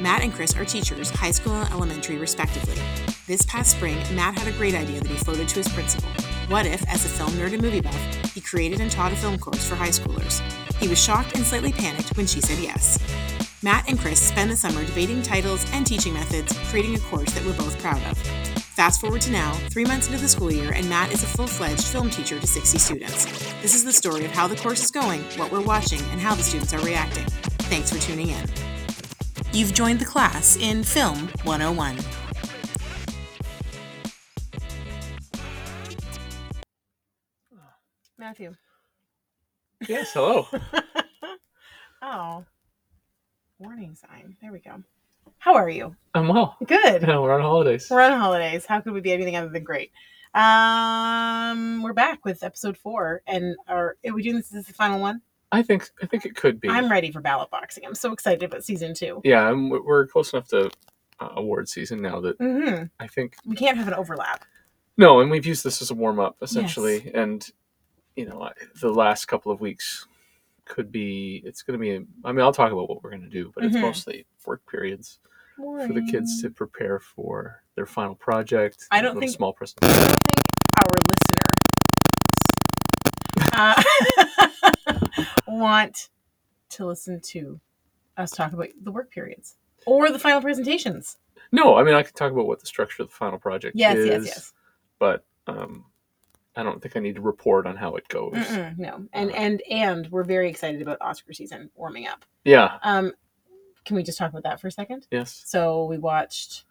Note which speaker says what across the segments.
Speaker 1: Matt and Chris are teachers, high school and elementary, respectively. This past spring, Matt had a great idea that he floated to his principal. What if, as a film nerd and movie buff, he created and taught a film course for high schoolers? He was shocked and slightly panicked when she said yes. Matt and Chris spend the summer debating titles and teaching methods, creating a course that we're both proud of. Fast forward to now, three months into the school year, and Matt is a full fledged film teacher to 60 students. This is the story of how the course is going, what we're watching, and how the students are reacting. Thanks for tuning in. You've joined the class in Film 101.
Speaker 2: Matthew.
Speaker 3: Yes, hello.
Speaker 2: oh. Warning sign. There we go. How are you?
Speaker 3: I'm well.
Speaker 2: Good.
Speaker 3: Yeah, we're on holidays.
Speaker 2: We're on holidays. How could we be anything other than great? Um, we're back with episode four, and are, are we doing this? Is the final one?
Speaker 3: I think I think it could be.
Speaker 2: I'm ready for ballot boxing. I'm so excited about season two.
Speaker 3: yeah, I'm, we're close enough to uh, award season now that
Speaker 2: Mm-hmm.
Speaker 3: I think
Speaker 2: We can't have an overlap.
Speaker 3: no, and we've used this as a warm up essentially, and you know I- the last couple of weeks could be it's going to be. I mean, I'll talk about what we're going to do, but
Speaker 2: Mhm.
Speaker 3: it's mostly work periods for the kids to prepare for their final project.
Speaker 2: I
Speaker 3: their
Speaker 2: don't
Speaker 3: little
Speaker 2: think-
Speaker 3: small present.
Speaker 2: I think our listener uh, want to listen to us talk about the work periods or the final presentations.
Speaker 3: No, I mean I can talk about what the structure of the final project
Speaker 2: Yes,
Speaker 3: is,
Speaker 2: yes, yes.
Speaker 3: but um, I don't think I need to report on how it goes.
Speaker 2: Mm-mm, no, and
Speaker 3: Uh,
Speaker 2: and and we're very excited about Oscar season warming up.
Speaker 3: Yeah.
Speaker 2: Um, can we just talk about that for a second?
Speaker 3: Yes.
Speaker 2: So we watched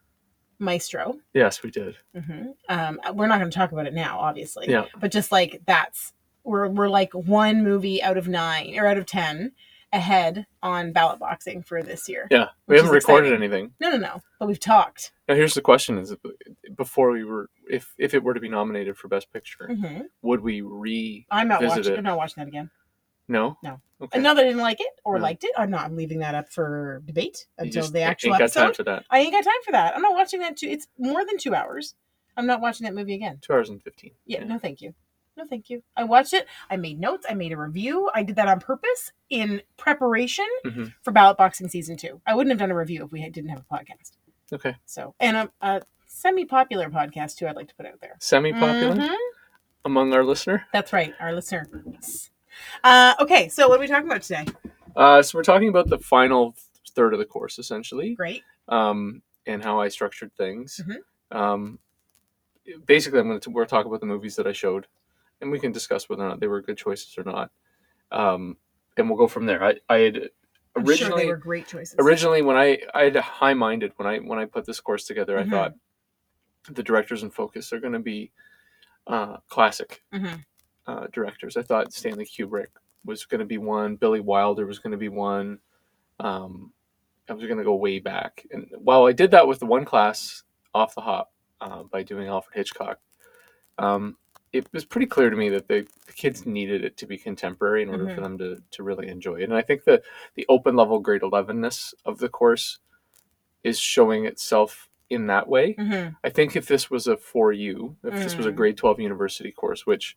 Speaker 2: Maestro.
Speaker 3: Yes, we did.
Speaker 2: Mm-hmm. Um, we're not going to talk about it now, obviously.
Speaker 3: Yeah.
Speaker 2: But just like that's we're we're like one movie out of nine or out of ten ahead on ballot boxing for this year.
Speaker 3: Yeah, we
Speaker 2: Which is
Speaker 3: haven't recorded
Speaker 2: exciting.
Speaker 3: anything.
Speaker 2: No, no, no. But we've talked.
Speaker 3: Now, here's the question: Is before we were, if if it were to be nominated for Best Picture,
Speaker 2: Mm-hmm.
Speaker 3: would we re?
Speaker 2: I'm not
Speaker 3: Visit
Speaker 2: watching.
Speaker 3: it.
Speaker 2: I'm not watching that again.
Speaker 3: No.
Speaker 2: No.
Speaker 3: Okay.
Speaker 2: And not that I didn't like it or
Speaker 3: No.
Speaker 2: liked it. I'm not. I'm leaving that up for debate
Speaker 3: You
Speaker 2: until
Speaker 3: just
Speaker 2: the
Speaker 3: ain't
Speaker 2: actual
Speaker 3: got
Speaker 2: episode.
Speaker 3: time for that.
Speaker 2: I ain't got time for that. I'm not watching that. Too. It's more than two hours. I'm not watching that movie again.
Speaker 3: Two hours and fifteen.
Speaker 2: Yeah, no, thank you. No, thank you. I watched it. I made notes. I made a review. I did that on purpose in preparation
Speaker 3: Mhm.
Speaker 2: for ballot boxing season two. I wouldn't have done a review if we had- didn't have a podcast.
Speaker 3: Okay.
Speaker 2: So, and a, a semi-popular podcast too. I'd like to put out there.
Speaker 3: Semi-popular
Speaker 2: Mhm.
Speaker 3: among our listener.
Speaker 2: That's right, our listener. Uh, okay, so what are we talking about today?
Speaker 3: Uh, so we're talking about the final third of the course, essentially.
Speaker 2: Great.
Speaker 3: um, and how I structured things.
Speaker 2: Mm-hmm.
Speaker 3: Um, basically, I'm going to we'll talk about the movies that I showed, and we can discuss whether or not they were good choices or not. Um, and we'll go from there. I, I had
Speaker 2: I'm sure
Speaker 3: originally
Speaker 2: they were great choices.
Speaker 3: originally when I I had high minded when I when I put this course together,
Speaker 2: Mhm.
Speaker 3: I thought the directors in focus are going to be uh, classic
Speaker 2: Mhm.
Speaker 3: uh, directors. I thought Stanley Kubrick was going to be one, Billy Wilder was going to be one. Um, I was going to go way back, and while I did that with the one class off the hop uh, by doing Alfred Hitchcock, um, it was pretty clear to me that the, the kids needed it to be contemporary in order
Speaker 2: Mhm.
Speaker 3: for them to to really enjoy it. And I think the the open level grade 11ness of the course is showing itself in that way.
Speaker 2: Mhm.
Speaker 3: I think if this was a for you, if this was a
Speaker 2: Mm.
Speaker 3: grade 12 university course, which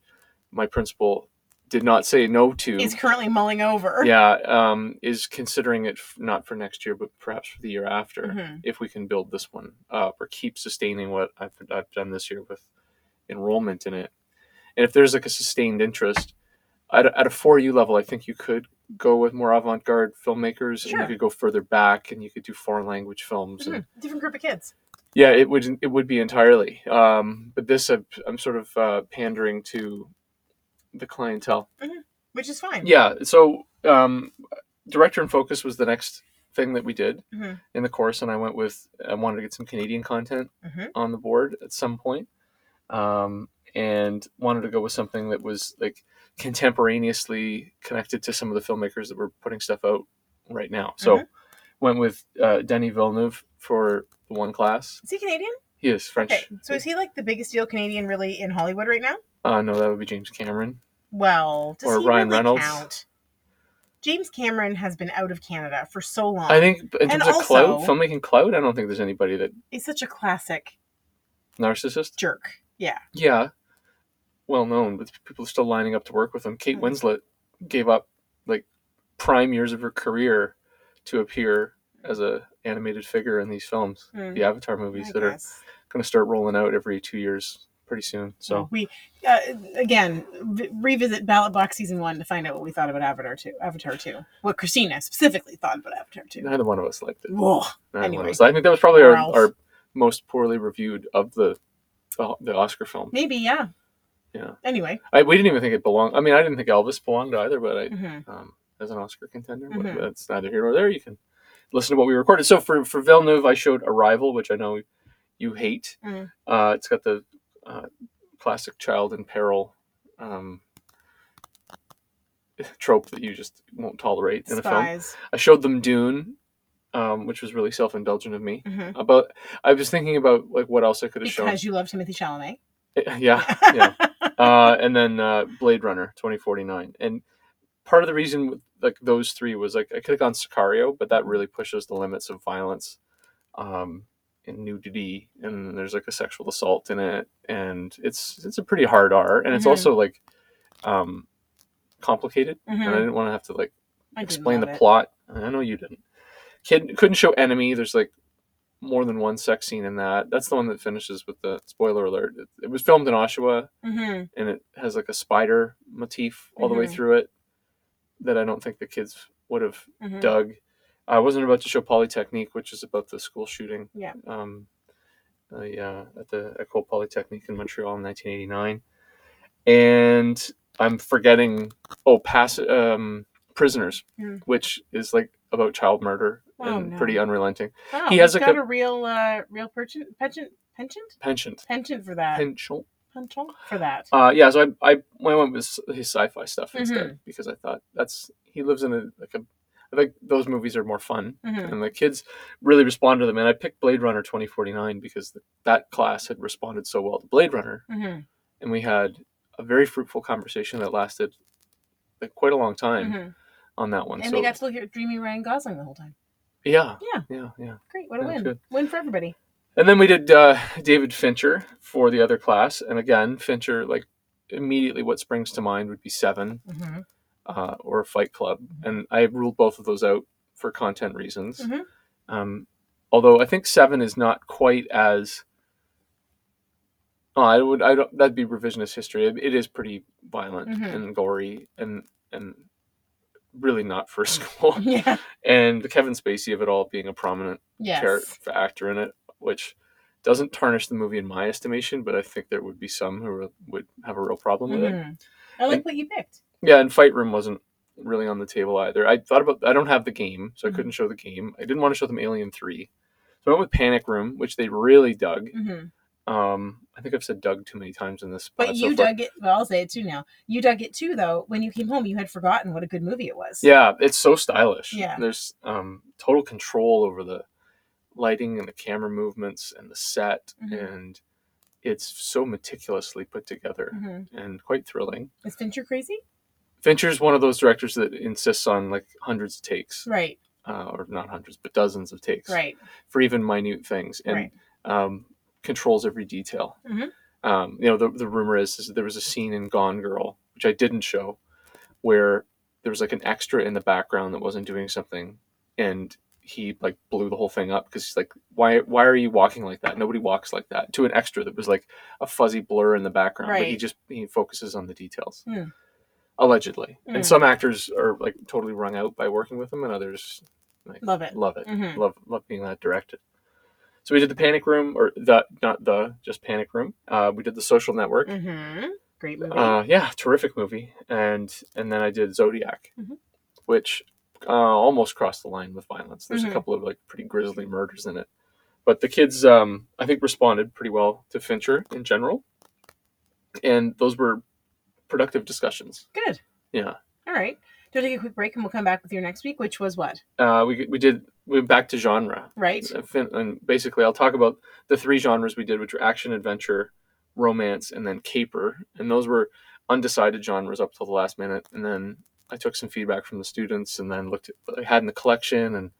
Speaker 3: my principal did not say no to,
Speaker 2: He's currently mulling over.
Speaker 3: yeah, um, is considering it f- not for next year, but perhaps for the year after,
Speaker 2: Mhm.
Speaker 3: if we can build this one up or keep sustaining what I've, I've done this year with enrollment in it. And if there's like a sustained interest, at a, at a for you level, I think you could go with more avant garde filmmakers and
Speaker 2: Sure.
Speaker 3: you could go further back and you could do foreign language films. and
Speaker 2: Mhm. Different group of kids.
Speaker 3: yeah, it would it would be entirely. Um, but this, I'm, I'm sort of uh, pandering to the clientele.
Speaker 2: Which is fine.
Speaker 3: Yeah. So, um, director in focus was the next thing that we did
Speaker 2: Mhm.
Speaker 3: in the course, and I went with I wanted to get some Canadian content
Speaker 2: Mhm.
Speaker 3: on the board at some point, um, and wanted to go with something that was like contemporaneously connected to some of the filmmakers that were putting stuff out right now. So,
Speaker 2: Mm-hmm.
Speaker 3: went with uh, Denny Villeneuve for the one class.
Speaker 2: Is he Canadian?
Speaker 3: He is French.
Speaker 2: Okay. So is he like the biggest deal Canadian really in Hollywood right now?
Speaker 3: Uh, no, that would be James Cameron.
Speaker 2: Well, does
Speaker 3: Or
Speaker 2: he
Speaker 3: Ryan
Speaker 2: really
Speaker 3: Reynolds.
Speaker 2: count? James Cameron has been out of Canada for so long.
Speaker 3: I think in
Speaker 2: Uh, And
Speaker 3: terms of
Speaker 2: also-
Speaker 3: clout, filmmaking clout, I don't think there's anybody that
Speaker 2: he's such a classic
Speaker 3: narcissist.
Speaker 2: jerk. Yeah.
Speaker 3: Yeah, well known, but people are still lining up to work with him. Kate
Speaker 2: Mm.
Speaker 3: Winslet gave up like prime years of her career to appear as a animated figure in these films,
Speaker 2: Mm.
Speaker 3: the Avatar movies that are going to start rolling out every two years pretty soon. So
Speaker 2: we uh, again v- revisit ballot box season one to find out what we thought about Avatar two. Avatar two. What Christina specifically thought about Avatar two.
Speaker 3: neither one of us liked it.
Speaker 2: Whoa.
Speaker 3: Neither one
Speaker 2: Hmm. Anyway.
Speaker 3: of us. I think that was probably our,
Speaker 2: Ralph.
Speaker 3: our most poorly reviewed of the the, the Oscar film.
Speaker 2: Maybe yeah.
Speaker 3: Yeah.
Speaker 2: Anyway.
Speaker 3: I, we didn't even think it belonged. I mean, I didn't think Elvis belonged either, but I,
Speaker 2: hmm
Speaker 3: um, as an Oscar contender. but
Speaker 2: Mhm.
Speaker 3: that's neither here nor there. You can listen to what we recorded. So for for Villeneuve, I showed Arrival, which I know you hate.
Speaker 2: Mm.
Speaker 3: Uh, it's got the uh, classic child in peril um, trope that you just won't tolerate in a film.
Speaker 2: Spies.
Speaker 3: I showed them Dune, um, which was really self indulgent of me.
Speaker 2: hmm
Speaker 3: About I was thinking about like what else I could have shown.
Speaker 2: Because you love Timothy Chalamet.
Speaker 3: yeah, yeah. Uh, and then uh, Blade Runner 2049. And part of the reason with, like those three was like I could have gone Sicario, but that really pushes the limits of violence um, and nudity, and there's like a sexual assault in it, and it's it's a pretty hard R, and it's
Speaker 2: Mhm.
Speaker 3: also like um, complicated, and I
Speaker 2: Mhm.
Speaker 3: didn't want to have to like
Speaker 2: I didn't
Speaker 3: explain the
Speaker 2: love it.
Speaker 3: plot. I know you didn't. Kid couldn't show enemy. There's like more than one sex scene in that. That's the one that finishes with the spoiler alert. It, it was filmed in Oshawa
Speaker 2: Mhm.
Speaker 3: and it has like a spider motif all the way
Speaker 2: Mhm.
Speaker 3: through it that I don't think the kids would have
Speaker 2: Mhm.
Speaker 3: dug. I wasn't about to show Polytechnique, which is about the school shooting.
Speaker 2: Yeah.
Speaker 3: Um, uh, yeah, at the Ecole Polytechnique in Montreal in 1989, and I'm forgetting. Oh, pass um, prisoners,
Speaker 2: Mm.
Speaker 3: which is like about child murder
Speaker 2: Oh,
Speaker 3: and
Speaker 2: no.
Speaker 3: pretty unrelenting.
Speaker 2: Oh,
Speaker 3: He has
Speaker 2: he's
Speaker 3: like
Speaker 2: got
Speaker 3: a-
Speaker 2: a, real, uh, real penchant, penchant, penchant,
Speaker 3: Penchant,
Speaker 2: penchant for that.
Speaker 3: penchant.
Speaker 2: penchant for that.
Speaker 3: Uh, yeah, so I, I I went with his sci-fi
Speaker 2: Mm-hmm.
Speaker 3: stuff instead because I thought that's he lives in a like a I think those movies are more fun
Speaker 2: Mhm.
Speaker 3: and the kids really respond to them. And I picked Blade Runner twenty forty nine because th that class had responded so well to Blade Runner,
Speaker 2: Mhm.
Speaker 3: and we had a very fruitful conversation that lasted like quite a long time
Speaker 2: Mhm.
Speaker 3: on that one.
Speaker 2: And
Speaker 3: so
Speaker 2: they got to look at dreamy Ryan Gosling the whole time.
Speaker 3: yeah,
Speaker 2: Yeah.
Speaker 3: yeah, yeah.
Speaker 2: Great, what a
Speaker 3: Yeah, it's
Speaker 2: win!
Speaker 3: good.
Speaker 2: Win for everybody.
Speaker 3: And then we did uh, David Fincher for the other class, and again Fincher like immediately what springs to mind would be Seven.
Speaker 2: Mm-hmm.
Speaker 3: uh, or Fight Club, and I ruled both of those out for content reasons.
Speaker 2: Mhm.
Speaker 3: Um, although I think seven is not quite as. Oh, I would. I don't. That'd be revisionist history. It, it is pretty violent
Speaker 2: Mhm.
Speaker 3: and gory, and and really not for school.
Speaker 2: Yeah.
Speaker 3: and the Kevin Spacey of it all being a prominent
Speaker 2: Yes.
Speaker 3: character actor in it, which doesn't tarnish the movie in my estimation, but I think there would be some who would have a real problem with it.
Speaker 2: Mhm. I like what you picked.
Speaker 3: Yeah, and Fight Room wasn't really on the table either. I thought about I don't have the game, so I
Speaker 2: Mhm.
Speaker 3: couldn't show the game. I didn't want to show them Alien Three, so I went with Panic Room, which they really dug.
Speaker 2: Mm-hmm.
Speaker 3: Um, I think I've said dug too many times in this.
Speaker 2: But
Speaker 3: pod so
Speaker 2: you
Speaker 3: far.
Speaker 2: dug it. Well, I'll say it too now. You dug it too, though. When you came home, you had forgotten what a good movie it was.
Speaker 3: Yeah, it's so stylish.
Speaker 2: Yeah.
Speaker 3: there's um total control over the lighting and the camera movements and the set,
Speaker 2: Mhm.
Speaker 3: and it's so meticulously put together
Speaker 2: Mm-hmm.
Speaker 3: and quite thrilling.
Speaker 2: Is Fincher crazy?
Speaker 3: Fincher's one of those directors that insists on like hundreds of takes,
Speaker 2: Right.
Speaker 3: uh, or not hundreds, but dozens of takes.
Speaker 2: Right.
Speaker 3: for even minute things and
Speaker 2: Right.
Speaker 3: um, controls every detail.
Speaker 2: Mhm.
Speaker 3: Um, you know, the, the rumor is, is that there was a scene in Gone Girl, which I didn't show, where there was like an extra in the background that wasn't doing something, and he like blew the whole thing up because he's like, "Why, why are you walking like that? Nobody walks like that." To an extra that was like a fuzzy blur in the background, but he
Speaker 2: Right.
Speaker 3: just he focuses on the details.
Speaker 2: Hmm.
Speaker 3: Allegedly,
Speaker 2: Hmm.
Speaker 3: and some actors are like totally wrung out by working with him, and others like
Speaker 2: Love it.
Speaker 3: love it
Speaker 2: Mm-hmm.
Speaker 3: love love being that directed. So we did the Panic Room, or the not the just Panic Room. Uh, we did the Social Network.
Speaker 2: Mm-hmm. Great movie.
Speaker 3: Uh, yeah, terrific movie. And and then I did Zodiac,
Speaker 2: Mhm.
Speaker 3: which uh, almost crossed the line with violence. There's
Speaker 2: Mhm.
Speaker 3: a couple of like pretty grisly murders in it, but the kids um, I think responded pretty well to Fincher in general, and those were productive discussions.
Speaker 2: good.
Speaker 3: Yeah.
Speaker 2: All right. Do take a quick break, and we'll come back with your next week, which was what?
Speaker 3: Uh, we, we did we went back to genre
Speaker 2: Right.
Speaker 3: And fin- and basically I'll talk about the three genres we did, which were action, adventure, romance, and then caper. And those were undecided genres up till the last minute. And then I took some feedback from the students and then looked at what I had in the collection and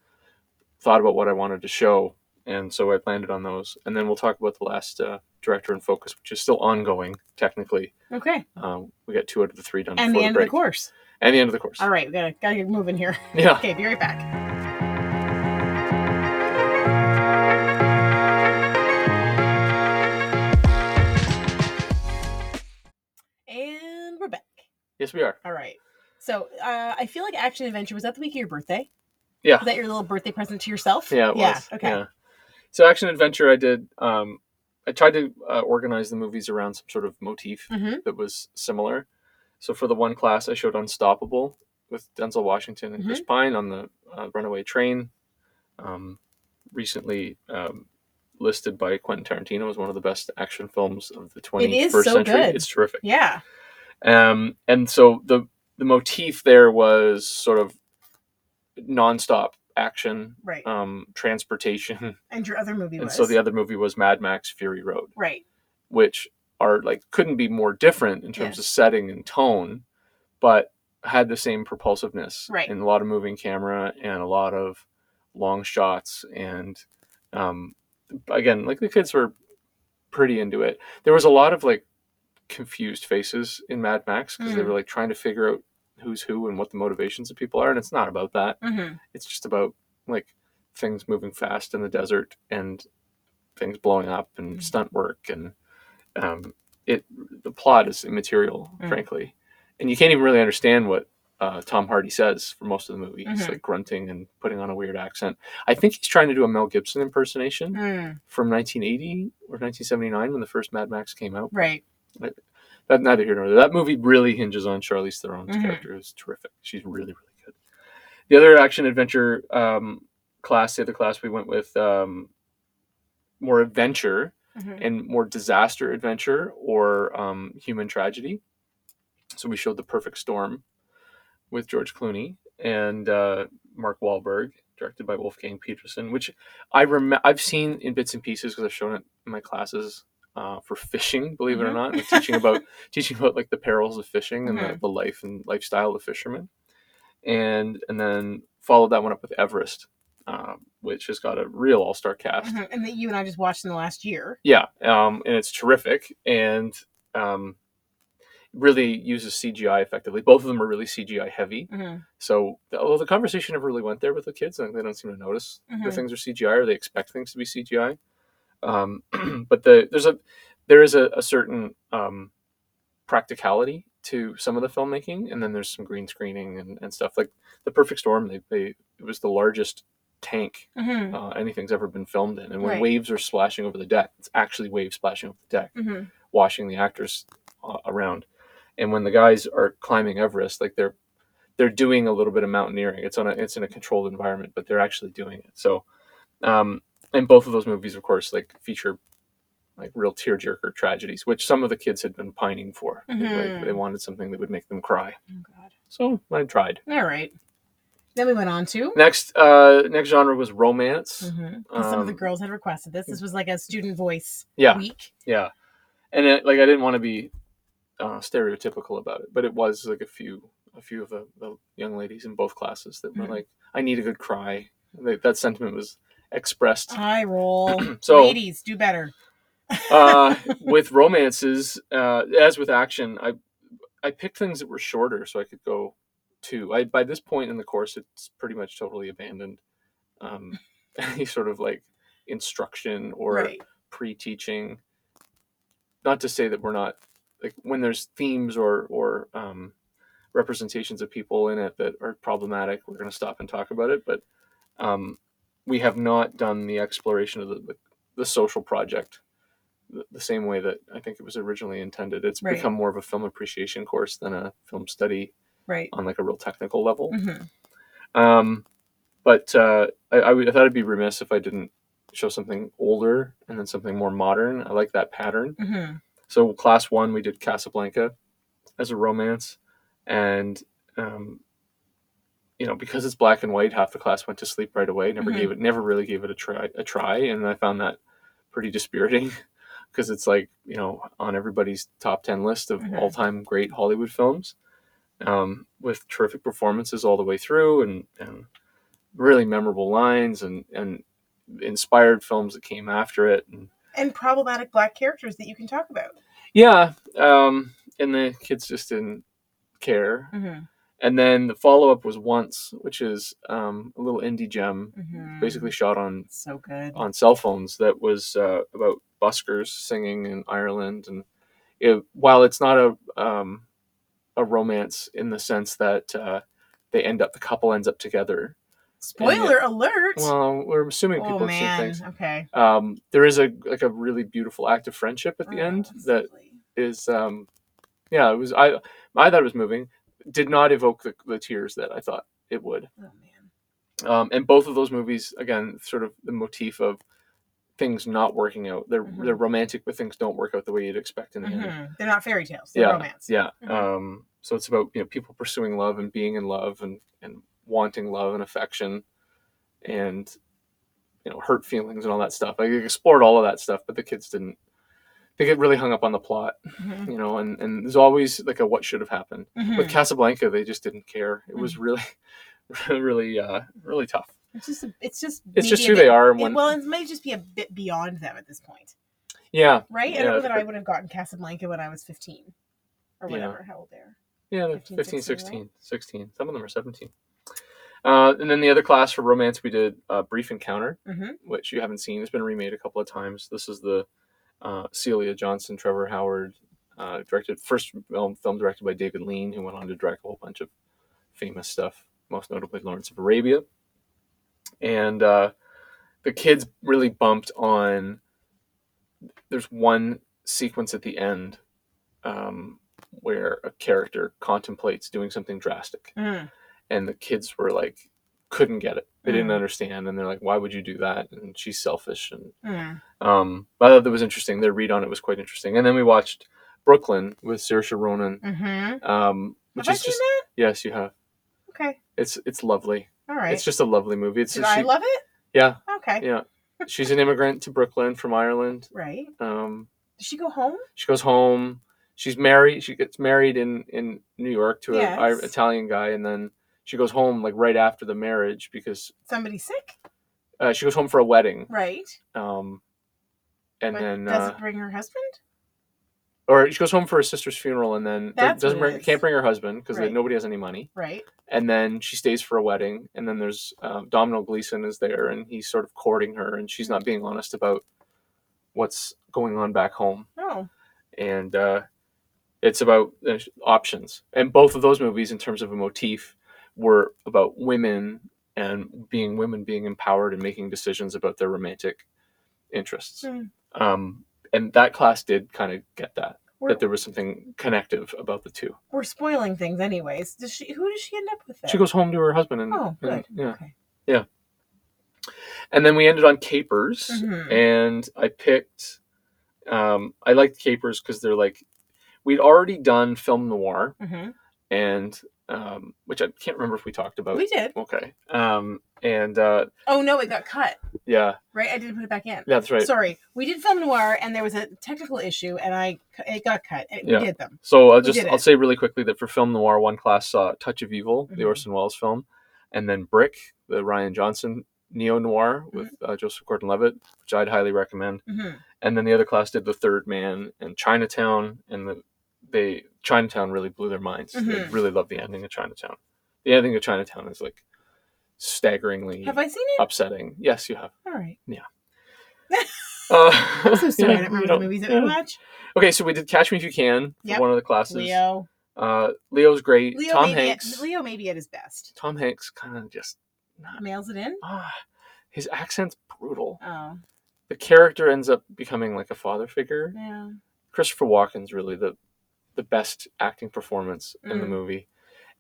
Speaker 3: thought about what I wanted to show. And so I landed on those. And then we'll talk about the last uh, director in focus, which is still ongoing technically.
Speaker 2: Okay.
Speaker 3: Um, we got two out of the three done
Speaker 2: And the
Speaker 3: before
Speaker 2: end of
Speaker 3: break.
Speaker 2: the course.
Speaker 3: And the end of the course.
Speaker 2: All right. We gotta gotta get moving here.
Speaker 3: Yeah.
Speaker 2: Okay. Be right back.
Speaker 3: Yes, we are.
Speaker 2: All right. So uh, I feel like Action Adventure was that the week of your birthday?
Speaker 3: Yeah.
Speaker 2: Was that your little birthday present to yourself?
Speaker 3: Yeah, it was.
Speaker 2: Okay.
Speaker 3: Yeah. So action adventure, I did. Um, I tried to uh, organize the movies around some sort of motif
Speaker 2: Mhm.
Speaker 3: that was similar. So for the one class, I showed Unstoppable with Denzel Washington and
Speaker 2: Mm-hmm.
Speaker 3: Chris Pine on the uh, runaway train. Um, recently um, listed by Quentin Tarantino as one of the best action films of the 21st
Speaker 2: is so
Speaker 3: century.
Speaker 2: good.
Speaker 3: It's terrific.
Speaker 2: Yeah.
Speaker 3: Um, and so the the motif there was sort of nonstop action,
Speaker 2: Right.
Speaker 3: um, transportation,
Speaker 2: and your other movie
Speaker 3: and
Speaker 2: was
Speaker 3: so the other movie was Mad Max Fury Road,
Speaker 2: right.
Speaker 3: which are like couldn't be more different in terms
Speaker 2: Yes.
Speaker 3: of setting and tone, but had the same propulsiveness
Speaker 2: Right.
Speaker 3: and a lot of moving camera and a lot of long shots and um, again like the kids were pretty into it. There was a lot of like confused faces in Mad Max because they
Speaker 2: Mm.
Speaker 3: were like trying to figure out who's who and what the motivations of people are, and it's not about that
Speaker 2: Mm-hmm.
Speaker 3: it's just about like things moving fast in the desert and things blowing up and
Speaker 2: Mhm.
Speaker 3: stunt work and um, it the plot is immaterial
Speaker 2: Mm.
Speaker 3: frankly and you can't even really understand what uh, tom hardy says for most of the movie he's
Speaker 2: Mhm.
Speaker 3: like grunting and putting on a weird accent i think he's trying to do a mel gibson impersonation
Speaker 2: Mm,
Speaker 3: from 1980 or 1979 when the first mad max came out
Speaker 2: right.
Speaker 3: that neither here nor there. That movie really hinges on Charlize Theron's
Speaker 2: Mhm.
Speaker 3: character. It's terrific. She's really, really good. The other action adventure um, class, the other class we went with, um, more adventure
Speaker 2: Mhm.
Speaker 3: and more disaster adventure or um, human tragedy. So we showed The Perfect Storm with George Clooney and uh, Mark Wahlberg, directed by Wolfgang Peterson, which I rem- I've seen in bits and pieces because I've shown it in my classes uh, for fishing, believe it or
Speaker 2: Mhm.
Speaker 3: not, and teaching about teaching about like the perils of fishing and the, the life and lifestyle of fishermen, and and then followed that one up with Everest, uh, which has got a real all star cast.
Speaker 2: Mhm. And that you and I just watched in the last year.
Speaker 3: Yeah, um, and it's terrific, and um, really uses CGI effectively. Both of them are really CGI heavy.
Speaker 2: Mhm.
Speaker 3: So, although the conversation never really went there with the kids, I think they don't seem to notice
Speaker 2: Mhm.
Speaker 3: that things are CGI or they expect things to be CGI. Um, but the there's a there is a, a certain um, practicality to some of the filmmaking, and then there's some green screening and, and stuff like the Perfect Storm. They, they it was the largest tank
Speaker 2: Mhm.
Speaker 3: uh, anything's ever been filmed in, and when
Speaker 2: Right.
Speaker 3: waves are splashing over the deck, it's actually waves splashing over the deck
Speaker 2: Mhm.
Speaker 3: washing the actors uh, around. And when the guys are climbing Everest, like they're they're doing a little bit of mountaineering. It's on a it's in a controlled environment, but they're actually doing it. So, um, and both of those movies, of course, like feature like real tearjerker tragedies, which some of the kids had been pining for. They-
Speaker 2: Mhm.
Speaker 3: Like, they wanted something that would make them cry.
Speaker 2: Oh God.
Speaker 3: So I tried.
Speaker 2: All right. Then we went on to.
Speaker 3: Next, uh, next genre was romance.
Speaker 2: Mhm. 'Cause Some of the
Speaker 3: Um,
Speaker 2: girls had requested this. This was like a student voice
Speaker 3: Yeah,
Speaker 2: week.
Speaker 3: yeah, and it, like I didn't want to be uh, stereotypical about it, but it was like a few a few of the, the young ladies in both classes that were
Speaker 2: Mhm.
Speaker 3: like, "I need a good cry." Like, that sentiment was expressed
Speaker 2: I roll.
Speaker 3: So-
Speaker 2: ladies, do better.
Speaker 3: uh, with romances. Uh, as with action, I I picked things that were shorter so I could go two. I by this point in the course, it's pretty much totally abandoned um, any sort of like instruction or
Speaker 2: right.
Speaker 3: pre-teaching not to say that we're not like when there's themes or or um, representations of people in it that are problematic we're going to stop and talk about it but um, we have not done the exploration of the, the, the social project the, the same way that i think it was originally intended it's
Speaker 2: Right.
Speaker 3: become more of a film appreciation course than a film study
Speaker 2: Right.
Speaker 3: on like a real technical level
Speaker 2: Mhm.
Speaker 3: um, but uh, I, I, would, I thought it'd be remiss if I didn't show something older and then something more modern. I like that pattern.
Speaker 2: Mhm.
Speaker 3: So class one, we did Casablanca as a romance, and um, you know because it's black and white, half the class went to sleep right away. Never
Speaker 2: Mhm.
Speaker 3: gave it, never really gave it a try, a try, and I found that pretty dispiriting because it's like you know on everybody's top ten list of
Speaker 2: Mhm.
Speaker 3: all time great Hollywood films, um, with terrific performances all the way through, and, and really memorable lines, and and inspired films that came after it, and
Speaker 2: And problematic black characters that you can talk about.
Speaker 3: yeah, um, and the kids just didn't care.
Speaker 2: Mhm.
Speaker 3: And then the follow up was Once, which is um, a little indie gem,
Speaker 2: Mhm.
Speaker 3: basically shot on
Speaker 2: So good.
Speaker 3: on cell phones. That was uh, about buskers singing in Ireland, and it, while it's not a um, a a romance in the sense that uh, they end up the couple ends up together.
Speaker 2: Spoiler alert.
Speaker 3: Well, we're assuming people
Speaker 2: oh
Speaker 3: have seen
Speaker 2: man.
Speaker 3: things.
Speaker 2: Okay.
Speaker 3: Um, there is a like a really beautiful act of friendship at the end
Speaker 2: Oh,
Speaker 3: that
Speaker 2: lovely.
Speaker 3: is um yeah it was i i thought it was moving did not evoke the, the tears that i thought it would
Speaker 2: Oh man.
Speaker 3: um and both of those movies again sort of the motif of things not working out they're
Speaker 2: Mhm.
Speaker 3: they're romantic but things don't work out the way you'd expect in the end
Speaker 2: Mhm. They're not fairy tales. They're
Speaker 3: Yeah,
Speaker 2: romance.
Speaker 3: yeah
Speaker 2: Mhm.
Speaker 3: um so it's about you know people pursuing love and being in love and and wanting love and affection and you know hurt feelings and all that stuff i explored all of that stuff but the kids didn't they get really hung up on the plot
Speaker 2: Mhm.
Speaker 3: you know and and there's always like a what should have happened with
Speaker 2: Mhm.
Speaker 3: Casablanca, they just didn't care. It
Speaker 2: Hmm.
Speaker 3: was really, really, uh, really tough.
Speaker 2: It's just. a- It's just.
Speaker 3: It's just
Speaker 2: maybe a
Speaker 3: who they
Speaker 2: bit-
Speaker 3: are. And
Speaker 2: it-
Speaker 3: when,
Speaker 2: well, it might just be a bit beyond them at this point,
Speaker 3: yeah,
Speaker 2: right? I
Speaker 3: Yeah,
Speaker 2: don't know that I
Speaker 3: but-
Speaker 2: would have gotten Casablanca when I was fifteen, or
Speaker 3: Yeah.
Speaker 2: whatever. How old they are.
Speaker 3: yeah, they're
Speaker 2: 15, 16,
Speaker 3: 15, 16,
Speaker 2: right?
Speaker 3: 16. Some of them are 17. Uh, and then the other class for romance, we did uh, Brief Encounter,
Speaker 2: Mhm.
Speaker 3: which you haven't seen. It's been remade a couple of times. This is the uh, Celia Johnson, Trevor Howard, uh, directed first film, film directed by David Lean, who went on to direct a whole bunch of famous stuff, most notably Lawrence of Arabia. And uh, the kids really bumped on. There's one sequence at the end um, where a character contemplates doing something drastic,
Speaker 2: Mm.
Speaker 3: and the kids were like, couldn't get it. They didn't
Speaker 2: Mm.
Speaker 3: understand, and they're like, "Why would you do that?" And she's selfish, and
Speaker 2: Mm.
Speaker 3: um, but I thought that was interesting. Their read on it was quite interesting. And then we watched Brooklyn with Saoirse Ronan,
Speaker 2: Mhm.
Speaker 3: um, which
Speaker 2: have I
Speaker 3: is
Speaker 2: seen
Speaker 3: just
Speaker 2: that?
Speaker 3: yes, you have.
Speaker 2: Okay.
Speaker 3: It's it's lovely.
Speaker 2: All right.
Speaker 3: It's just a lovely movie. It's
Speaker 2: Did
Speaker 3: she,
Speaker 2: I love it?
Speaker 3: yeah,
Speaker 2: Okay.
Speaker 3: yeah. She's an immigrant to Brooklyn from Ireland.
Speaker 2: Right.
Speaker 3: Um,
Speaker 2: Did she go home?
Speaker 3: she goes home. She's married. She gets married in in New York to an
Speaker 2: Yes.
Speaker 3: Italian guy, and then she goes home like right after the marriage because
Speaker 2: Somebody sick?
Speaker 3: uh, she goes home for a wedding.
Speaker 2: Right.
Speaker 3: Um, and
Speaker 2: but
Speaker 3: then
Speaker 2: does
Speaker 3: uh,
Speaker 2: it bring her husband?
Speaker 3: or she goes home for her sister's funeral and then
Speaker 2: That's
Speaker 3: doesn't
Speaker 2: what it
Speaker 3: bring,
Speaker 2: is.
Speaker 3: can't bring her husband because
Speaker 2: Right.
Speaker 3: nobody has any money
Speaker 2: Right.
Speaker 3: and then she stays for a wedding and then there's um, domino gleason is there and he's sort of courting her and she's not being honest about what's going on back home
Speaker 2: Oh.
Speaker 3: and uh, it's about uh, options and both of those movies in terms of a motif were about women and being women being empowered and making decisions about their romantic interests
Speaker 2: Hmm.
Speaker 3: um, and that class did kind of get that
Speaker 2: We're,
Speaker 3: that there was something connective about the two.
Speaker 2: we're spoiling things anyways. Does she who does she end up with there?
Speaker 3: She goes home to her husband, and,
Speaker 2: Oh,
Speaker 3: and-
Speaker 2: good.
Speaker 3: yeah,
Speaker 2: Okay.
Speaker 3: and then we ended on capers,
Speaker 2: Mhm.
Speaker 3: and I picked. Um, I liked capers because they're like we'd already done film noir,
Speaker 2: Mhm.
Speaker 3: and um, which I can't remember if we talked about.
Speaker 2: We did.
Speaker 3: Okay, um, and uh,
Speaker 2: Oh no, it got cut.
Speaker 3: yeah,
Speaker 2: Right? I didn't put it back in.
Speaker 3: that's right.
Speaker 2: Sorry. We did film noir and there was a technical issue and I cu- it got cut. And
Speaker 3: Yeah.
Speaker 2: We did them.
Speaker 3: So I'll
Speaker 2: We
Speaker 3: just
Speaker 2: did
Speaker 3: I'll
Speaker 2: it.
Speaker 3: say really quickly that for film noir, one class saw Touch of Evil, the
Speaker 2: Mhm.
Speaker 3: Orson Welles film, and then Brick, the Ryan Johnson neo noir
Speaker 2: Mm-hmm.
Speaker 3: with uh, Joseph Gordon-Levitt, which I'd highly recommend.
Speaker 2: Mhm.
Speaker 3: And then the other class did The Third Man and Chinatown, and the, they Chinatown really blew their minds. They
Speaker 2: Mhm.
Speaker 3: really loved the ending of Chinatown. The ending of Chinatown is like staggeringly
Speaker 2: Have I seen it?
Speaker 3: upsetting. Yes, you have.
Speaker 2: All right.
Speaker 3: Uh,
Speaker 2: I'm so sorry.
Speaker 3: yeah,
Speaker 2: I don't
Speaker 3: you
Speaker 2: remember the
Speaker 3: don't-
Speaker 2: movies that
Speaker 3: yeah.
Speaker 2: we watch.
Speaker 3: Okay, so we did Catch Me If You Can for
Speaker 2: Yep.
Speaker 3: one of the classes.
Speaker 2: Leo.
Speaker 3: Uh, Leo's great.
Speaker 2: Leo
Speaker 3: Tom
Speaker 2: maybe
Speaker 3: Hanks.
Speaker 2: At, Leo maybe at his best.
Speaker 3: Tom Hanks kind of just
Speaker 2: Mails it in.
Speaker 3: ah, his accent's brutal.
Speaker 2: Oh.
Speaker 3: The character ends up becoming like a father figure.
Speaker 2: Yeah.
Speaker 3: Christopher Walken's really the the best acting performance in the
Speaker 2: Mm.
Speaker 3: movie,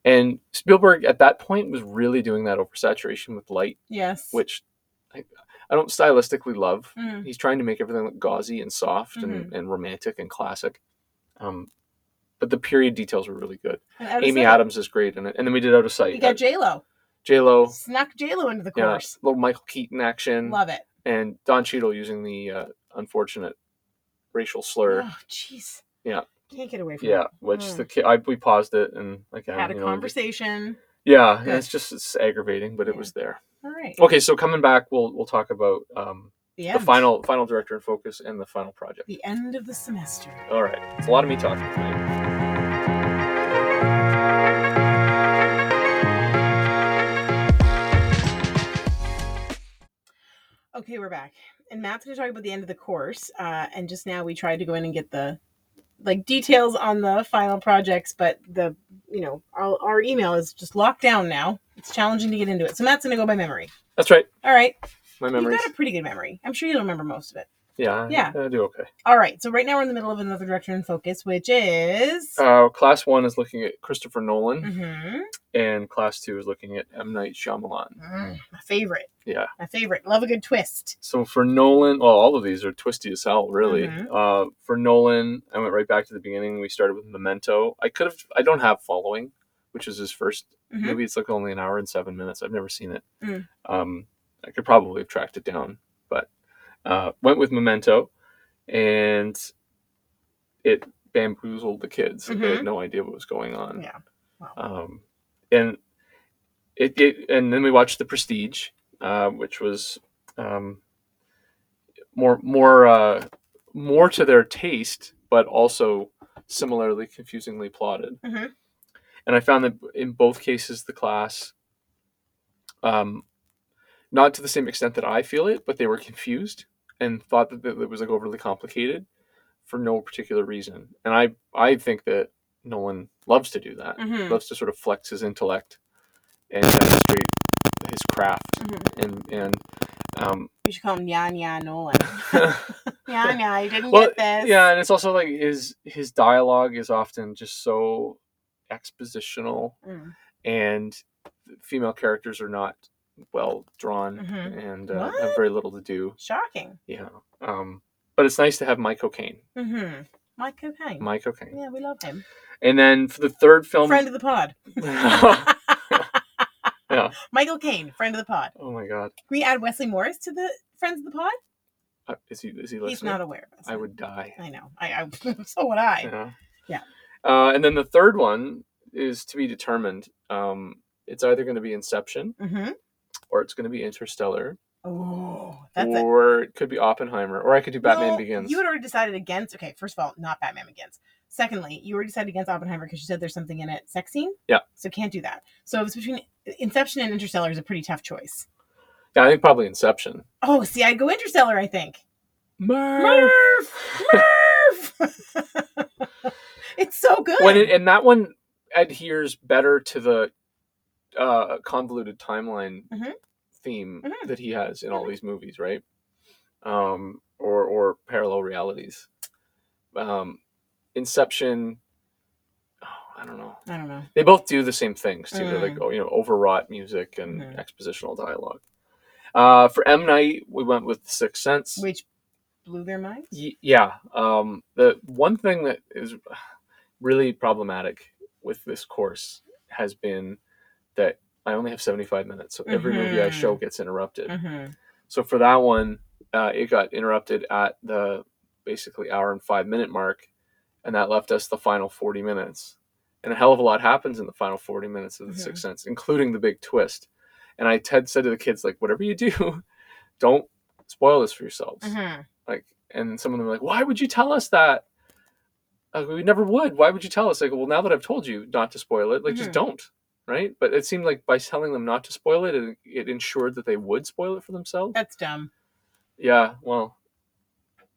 Speaker 3: and Spielberg at that point was really doing that oversaturation with light,
Speaker 2: Yes.
Speaker 3: which I, I don't stylistically love.
Speaker 2: Mm.
Speaker 3: He's trying to make everything look gauzy and soft
Speaker 2: Mm-hmm.
Speaker 3: and, and romantic and classic. Um, but the period details were really good.
Speaker 2: And out of
Speaker 3: Amy
Speaker 2: sight.
Speaker 3: Adams is great in it. And then we did Out of
Speaker 2: You
Speaker 3: Sight.
Speaker 2: got J Lo.
Speaker 3: J Lo,
Speaker 2: Snuck J Lo into the
Speaker 3: yeah, Mm.
Speaker 2: course.
Speaker 3: little Michael Keaton action.
Speaker 2: Love it.
Speaker 3: and Don Cheadle using the uh, unfortunate racial slur.
Speaker 2: Oh, jeez.
Speaker 3: Yeah.
Speaker 2: Can't get away from
Speaker 3: Yeah,
Speaker 2: it.
Speaker 3: which
Speaker 2: Mm.
Speaker 3: the ki- I we paused it and like I,
Speaker 2: Had a
Speaker 3: you know,
Speaker 2: conversation.
Speaker 3: Yeah, and
Speaker 2: Good.
Speaker 3: it's just it's aggravating, but it
Speaker 2: Yeah.
Speaker 3: was there.
Speaker 2: All right.
Speaker 3: Okay, so coming back, we'll we'll talk about um,
Speaker 2: the,
Speaker 3: the
Speaker 2: end.
Speaker 3: final final director in focus and the final project.
Speaker 2: The end of the semester.
Speaker 3: All right, it's a lot of me talking tonight.
Speaker 2: Okay, we're back, and Matt's going to talk about the end of the course. Uh, and just now, we tried to go in and get the like details on the final projects, but the you know our, our email is just locked down now. It's challenging to get into it, so Matt's gonna go by memory.
Speaker 3: That's right.
Speaker 2: All right,
Speaker 3: My
Speaker 2: you've
Speaker 3: memories.
Speaker 2: got a pretty good memory. I'm sure you'll remember most of it.
Speaker 3: Yeah.
Speaker 2: Yeah.
Speaker 3: I, I do okay.
Speaker 2: All right, so right now we're in the middle of another director in focus, which is.
Speaker 3: Uh, class one is looking at Christopher Nolan,
Speaker 2: hmm
Speaker 3: and class two is looking at M Night Shyamalan.
Speaker 2: Mm-hmm. my favorite.
Speaker 3: Yeah.
Speaker 2: My favorite. Love a good twist.
Speaker 3: So for Nolan, well, all of these are twisty as hell, really.
Speaker 2: Mhm.
Speaker 3: Uh, for Nolan, I went right back to the beginning. We started with Memento. I could have. I don't have Following, which is his 1st
Speaker 2: Mhm.
Speaker 3: Maybe it's like only an hour and seven minutes. I've never seen it.
Speaker 2: Mm.
Speaker 3: Um, I could probably have tracked it down, but uh, went with Memento, and it bamboozled the kids. Like, They had no idea what was going on.
Speaker 2: Mm-hmm. Yeah. Wow.
Speaker 3: Um, and it, it and then we watched The Prestige, uh, which was um, more more uh, more to their taste, but also similarly confusingly plotted.
Speaker 2: Mhm.
Speaker 3: And I found that in both cases, the class, um, not to the same extent that I feel it, but they were confused and thought that it was like overly complicated for no particular reason. And I I think that Nolan loves to do that.
Speaker 2: Mhm.
Speaker 3: Loves to sort of flex his intellect and demonstrate his craft
Speaker 2: Mhm.
Speaker 3: and and um,
Speaker 2: We should call him Yan Yan Nolan. Yan Yan, you didn't
Speaker 3: well,
Speaker 2: get this.
Speaker 3: yeah, and it's also like his his dialogue is often just so expositional,
Speaker 2: Mm.
Speaker 3: and female characters are not well drawn
Speaker 2: Mhm.
Speaker 3: and uh, have
Speaker 2: What?
Speaker 3: very little to do.
Speaker 2: Shocking.
Speaker 3: Yeah, um, but it's nice to have my cocaine,
Speaker 2: Mm-hmm. Mike Cocaine.
Speaker 3: my Um, cocaine,
Speaker 2: Yeah, we love him.
Speaker 3: and then for the third film.
Speaker 2: Friend of the pod.
Speaker 3: Yeah.
Speaker 2: Michael Caine, friend of the pod.
Speaker 3: oh my god,
Speaker 2: Can we add Wesley Morris to the friends of the pod?
Speaker 3: Uh, is he is he listening?
Speaker 2: He's not aware of us.
Speaker 3: I would die.
Speaker 2: I know. I, I so would I.
Speaker 3: Yeah.
Speaker 2: Yeah.
Speaker 3: Uh, and then the third one is to be determined. Um, it's either going to be Inception
Speaker 2: Mm-hmm.
Speaker 3: or it's going to be Interstellar
Speaker 2: Oh, that's a
Speaker 3: or it could be Oppenheimer or I could do Batman
Speaker 2: No,
Speaker 3: Begins.
Speaker 2: You had already decided against. Okay, first of all, not Batman Begins. Secondly, you already decided against Oppenheimer because you said there's something in it. Sex scene?
Speaker 3: Yeah.
Speaker 2: So can't do that. So if it's between Inception and Interstellar is a pretty tough choice.
Speaker 3: Yeah, I think probably Inception.
Speaker 2: Oh, see, I'd go Interstellar, I think.
Speaker 3: Murph!
Speaker 2: Murph! Murph! it's so good.
Speaker 3: When it, and that one adheres better to the uh, convoluted timeline
Speaker 2: Mhm.
Speaker 3: theme
Speaker 2: Mhm.
Speaker 3: that he has in all these movies, right? Um, or or parallel realities. Um, Inception. Oh, I don't know.
Speaker 2: I don't know.
Speaker 3: they both do the same things too. They're
Speaker 2: Mm.
Speaker 3: like oh, you know overwrought music and
Speaker 2: Mhm.
Speaker 3: expositional dialogue. Uh, for M Night, we went with The Sixth Sense.
Speaker 2: Which blew their minds?
Speaker 3: Y- yeah, um, the one thing that is really problematic with this course has been that I only have seventy five minutes, so every movie I
Speaker 2: Mhm.
Speaker 3: show gets interrupted.
Speaker 2: Mm-hmm.
Speaker 3: So for that one, uh, it got interrupted at the basically hour and five minute mark, and that left us the final forty minutes. And a hell of a lot happens in the final forty minutes of The
Speaker 2: Mhm.
Speaker 3: Sixth Sense, including the big twist. And I Ted said to the kids, like, whatever you do, don't spoil this for yourselves.
Speaker 2: Mm-hmm.
Speaker 3: Like, and some of them were like, why would you tell us that? Like, we never would. Why would you tell us? Like, well, now that I've told you not to spoil it, like, just
Speaker 2: Mhm.
Speaker 3: don't. Right. But it seemed like by telling them not to spoil it, it, it ensured that they would spoil it for themselves.
Speaker 2: That's dumb.
Speaker 3: Yeah, well,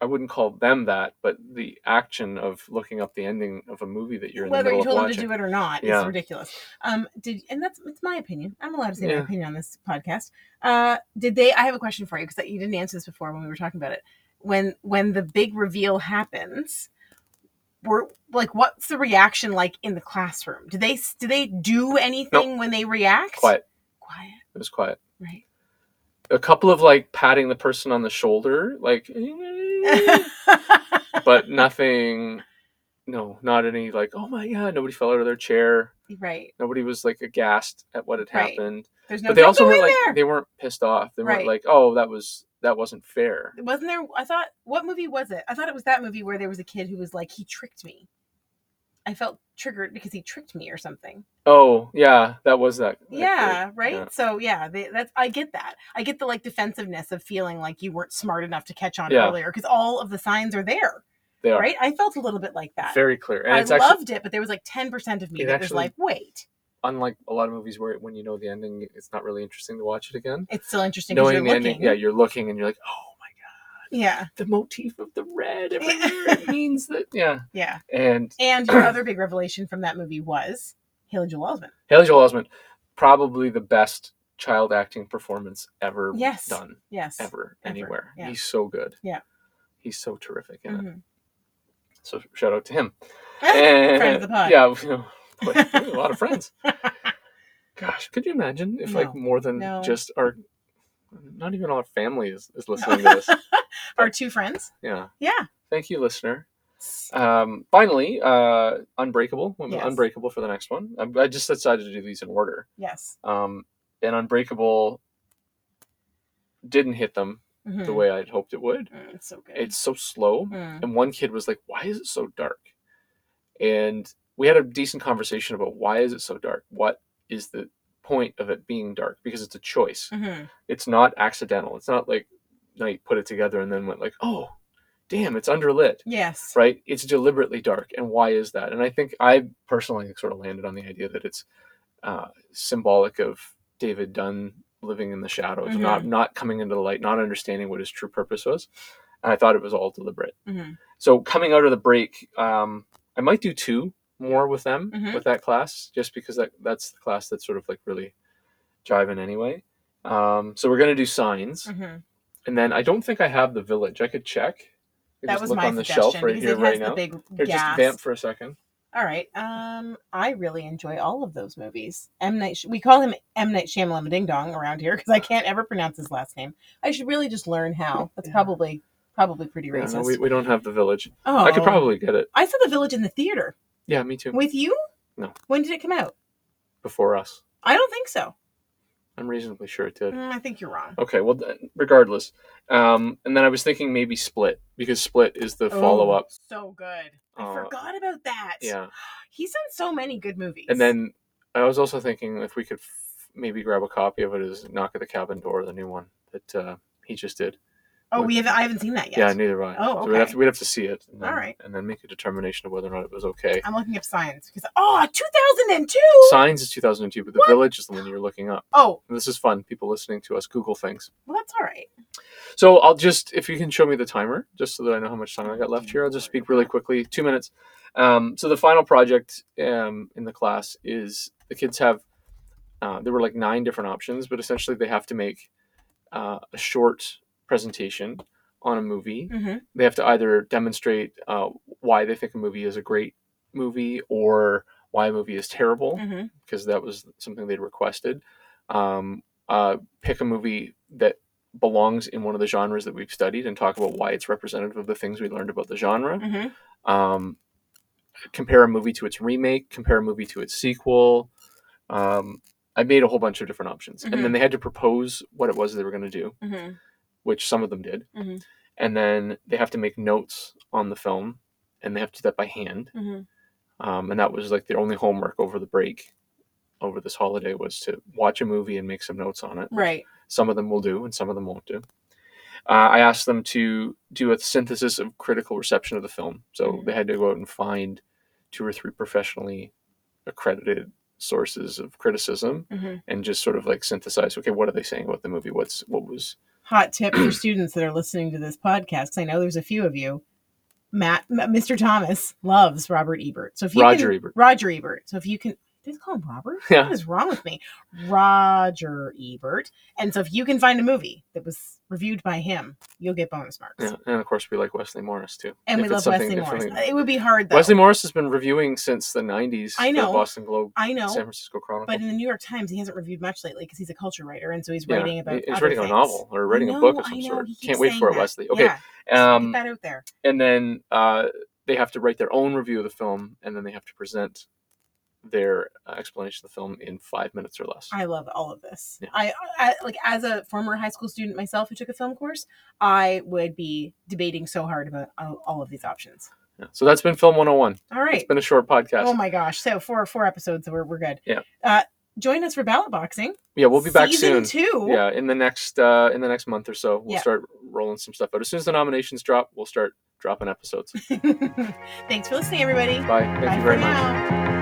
Speaker 3: I wouldn't call them that, but the action of looking up the ending of a movie that you're in
Speaker 2: Whether
Speaker 3: the
Speaker 2: you
Speaker 3: middle
Speaker 2: told
Speaker 3: of
Speaker 2: them to
Speaker 3: watching.
Speaker 2: do it or not
Speaker 3: Yeah.
Speaker 2: is ridiculous. Um, did and that's it's my opinion. I'm allowed to say
Speaker 3: Yeah.
Speaker 2: my opinion on this podcast. Uh, did they? I have a question for you because you didn't answer this before when we were talking about it. When when the big reveal happens, were like, what's the reaction like in the classroom? Do they do they do anything when they react?
Speaker 3: quiet.
Speaker 2: quiet,
Speaker 3: It was quiet.
Speaker 2: right?
Speaker 3: A couple of like patting the person on the shoulder, like, but nothing. No, not any like, oh my god, nobody fell out of their chair.
Speaker 2: right.
Speaker 3: Nobody was like aghast at what had
Speaker 2: Right.
Speaker 3: happened.
Speaker 2: There's no.
Speaker 3: But they
Speaker 2: "Don't
Speaker 3: also
Speaker 2: go
Speaker 3: weren't
Speaker 2: in
Speaker 3: like
Speaker 2: there!"
Speaker 3: they weren't pissed off. They weren't
Speaker 2: Right.
Speaker 3: like, oh, that was that wasn't fair.
Speaker 2: wasn't there i thought what movie was it i thought it was that movie where there was a kid who was like he tricked me i felt triggered because he tricked me or something
Speaker 3: Oh, yeah, that was that. that-
Speaker 2: yeah right
Speaker 3: yeah.
Speaker 2: so yeah they, that's i get that i get the like defensiveness of feeling like you weren't smart enough to catch on
Speaker 3: Yeah.
Speaker 2: earlier because all of the signs are there
Speaker 3: They are
Speaker 2: right i felt a little bit like that
Speaker 3: very clear, and
Speaker 2: i
Speaker 3: it's actually
Speaker 2: loved it but there was like 10% of me
Speaker 3: it
Speaker 2: that
Speaker 3: actually-
Speaker 2: was like wait
Speaker 3: unlike a lot of movies where when you know the ending, it's not really interesting to watch it again.
Speaker 2: it's still interesting 'cause
Speaker 3: Knowing
Speaker 2: you're
Speaker 3: the
Speaker 2: looking
Speaker 3: ending, yeah, you're looking and you're like, oh my
Speaker 2: Yeah.
Speaker 3: the motif of the red everywhere. it means that yeah.
Speaker 2: Yeah.
Speaker 3: And
Speaker 2: And your other big revelation from that movie was Haley Joel Osment.
Speaker 3: Haley Joel Osment, probably the best child acting performance ever
Speaker 2: Yes.
Speaker 3: done
Speaker 2: Yes.
Speaker 3: ever,
Speaker 2: Ever,
Speaker 3: anywhere.
Speaker 2: yeah.
Speaker 3: He's so good.
Speaker 2: Yeah.
Speaker 3: He's so terrific in it.
Speaker 2: Mhm.
Speaker 3: So shout out to him.
Speaker 2: Mm-hmm. Friend of the pod.
Speaker 3: Yeah, you know, boy, we have a lot of friends. Gosh, could you imagine if like
Speaker 2: No.
Speaker 3: more than
Speaker 2: No.
Speaker 3: just our not even our family is, is listening to this.
Speaker 2: Our two friends.
Speaker 3: Yeah.
Speaker 2: Yeah.
Speaker 3: Thank you, listener. Um, finally, uh, Unbreakable. Went with
Speaker 2: Yes.
Speaker 3: Unbreakable for the next one. I, I just decided to do these in order.
Speaker 2: Yes.
Speaker 3: Um, and Unbreakable didn't hit them
Speaker 2: Mhm.
Speaker 3: the way I'd hoped it would.
Speaker 2: Mm, it's so good.
Speaker 3: It's so slow.
Speaker 2: Mm.
Speaker 3: And one kid was like, Why is it so dark? And we had a decent conversation about why is it so dark? What is the point of it being dark? Because it's a choice.
Speaker 2: Mhm.
Speaker 3: It's not accidental. It's not like Knight put it together and then went like, Oh, damn, it's underlit
Speaker 2: Yes.
Speaker 3: right? It's deliberately dark, and why is that? And I think I personally sort of landed on the idea that it's uh, symbolic of David Dunn living in the shadows,
Speaker 2: Mhm.
Speaker 3: not not coming into the light, not understanding what his true purpose was. And I thought it was all deliberate.
Speaker 2: Mhm.
Speaker 3: So coming out of the break, um, I might do two more with them
Speaker 2: Mhm.
Speaker 3: with that class, just because that that's the class that's sort of like really jiving anyway. Um, so we're gonna do signs,
Speaker 2: Mhm.
Speaker 3: and then I don't think I have the village. I could check. I could
Speaker 2: That
Speaker 3: just
Speaker 2: was
Speaker 3: look
Speaker 2: my
Speaker 3: on the
Speaker 2: suggestion
Speaker 3: shelf right
Speaker 2: because
Speaker 3: here
Speaker 2: it has
Speaker 3: right
Speaker 2: the
Speaker 3: now.
Speaker 2: big
Speaker 3: Here,
Speaker 2: gasp.
Speaker 3: just vamp for a second.
Speaker 2: All right. Um, I really enjoy all of those movies. M Night. Sh- We call him M Night Shyamalan Ding Dong around here because I can't ever pronounce his last name. I should really just learn how. That's
Speaker 3: Yeah.
Speaker 2: probably probably pretty
Speaker 3: Yeah,
Speaker 2: racist.
Speaker 3: no, we, we don't have the village.
Speaker 2: oh,
Speaker 3: I could probably get it.
Speaker 2: I saw The Village in the theater
Speaker 3: Yeah, me too.
Speaker 2: with you.
Speaker 3: No.
Speaker 2: When did it come out?
Speaker 3: Before us.
Speaker 2: I don't think so.
Speaker 3: I'm reasonably sure it did.
Speaker 2: Mm, I think you're wrong.
Speaker 3: Okay, well, th- regardless. Um, and then I was thinking maybe Split, because Split is the follow up.
Speaker 2: Oh, So good. I
Speaker 3: Uh,
Speaker 2: forgot about that.
Speaker 3: Yeah.
Speaker 2: He's done so many good movies.
Speaker 3: And then I was also thinking if we could f- maybe grab a copy of it as Knock at the Cabin Door, the new one that uh, he just did.
Speaker 2: oh, we haven't. I haven't seen that yet.
Speaker 3: Yeah, neither have I.
Speaker 2: Oh,
Speaker 3: So we'd have,
Speaker 2: okay.
Speaker 3: to, we'd have to see it. And then,
Speaker 2: All right.
Speaker 3: And then make a determination of whether or not it was okay.
Speaker 2: I'm looking up signs because oh, 2002.
Speaker 3: Signs is 2002, but The
Speaker 2: What?
Speaker 3: Village is the one you're looking up.
Speaker 2: oh,
Speaker 3: This is fun. People listening to us Google things.
Speaker 2: well, that's all right.
Speaker 3: So I'll just, if you can show me the timer, just so that I know how much time I got left here, I'll just speak really quickly, two minutes. Um, so the final project um, in the class is the kids have, uh, there were like nine different options, but essentially they have to make uh, a short presentation on a movie.
Speaker 2: Mm-hmm.
Speaker 3: They have to either demonstrate uh, why they think a movie is a great movie or why a movie is terrible
Speaker 2: Mm-hmm.
Speaker 3: because that was something they'd requested. Um, uh, pick a movie that belongs in one of the genres that we've studied and talk about why it's representative of the things we learned about the genre.
Speaker 2: Mm-hmm.
Speaker 3: Um, compare a movie to its remake, compare a movie to its sequel. Um, I made a whole bunch of different options. And then they had to propose what it was they were going to do,
Speaker 2: Mm-hmm.
Speaker 3: which some of them did.
Speaker 2: Mhm.
Speaker 3: And then they have to make notes on the film and they have to do that by hand
Speaker 2: Mm-hmm.
Speaker 3: um, and that was like their only homework over the break over this holiday was to watch a movie and make some notes on it
Speaker 2: Right.
Speaker 3: some of them will do and some of them won't do uh, i asked them to do a synthesis of critical reception of the film so
Speaker 2: Mhm.
Speaker 3: they had to go out and find two or three professionally accredited sources of criticism
Speaker 2: Mm-hmm.
Speaker 3: and just sort of like synthesize okay what are they saying about the movie what's what was
Speaker 2: Hot tip for students that are listening to this podcast. 'cause I know there's a few of you. Matt, M- Mr. Thomas loves Robert Ebert. So if you
Speaker 3: Roger
Speaker 2: can,
Speaker 3: Ebert.
Speaker 2: Roger Ebert. So if you can, did I call him Robert?
Speaker 3: Yeah.
Speaker 2: What is wrong with me? Roger Ebert. And so if you can find a movie that was reviewed by him, you'll get bonus marks.
Speaker 3: yeah. and of course we like wesley morris too
Speaker 2: And we
Speaker 3: If it's
Speaker 2: love
Speaker 3: something-
Speaker 2: Wesley
Speaker 3: if
Speaker 2: Morris.
Speaker 3: something-
Speaker 2: It would be hard though.
Speaker 3: wesley morris has been reviewing since the 90s
Speaker 2: I
Speaker 3: for the
Speaker 2: know.
Speaker 3: boston globe
Speaker 2: I know.
Speaker 3: san francisco chronicle
Speaker 2: But in the New York Times, he hasn't reviewed much lately because he's a culture writer, and so he's
Speaker 3: Yeah,
Speaker 2: writing about.
Speaker 3: he- he's
Speaker 2: other
Speaker 3: writing
Speaker 2: things.
Speaker 3: a novel or
Speaker 2: I
Speaker 3: writing a
Speaker 2: know,
Speaker 3: book of
Speaker 2: I
Speaker 3: some
Speaker 2: know,
Speaker 3: sort.
Speaker 2: he keeps
Speaker 3: Can't wait
Speaker 2: saying
Speaker 3: for it,
Speaker 2: that.
Speaker 3: Wesley. Okay,
Speaker 2: Yeah, just
Speaker 3: um,
Speaker 2: get that out there.
Speaker 3: and then uh, they have to write their own review of the film, and then they have to present their uh, explanation of the film in five minutes or less.
Speaker 2: I love all of this.
Speaker 3: Yeah.
Speaker 2: I, I like as a former high school student myself who took a film course, I would be debating so hard about all, all of these options.
Speaker 3: Yeah. So that's been Film 101.
Speaker 2: All right.
Speaker 3: It's been a short podcast.
Speaker 2: Oh my gosh! So four four episodes, so we're we're good.
Speaker 3: Yeah.
Speaker 2: Uh, join us for ballot boxing.
Speaker 3: yeah, we'll be back soon.
Speaker 2: Season two.
Speaker 3: Yeah, in the next uh, in the next month or so, we'll
Speaker 2: Yeah.
Speaker 3: start rolling some stuff out. As soon as the nominations drop, we'll start dropping episodes.
Speaker 2: Thanks for listening, everybody.
Speaker 3: Bye. Thank
Speaker 2: Bye
Speaker 3: you very
Speaker 2: for
Speaker 3: much.
Speaker 2: now.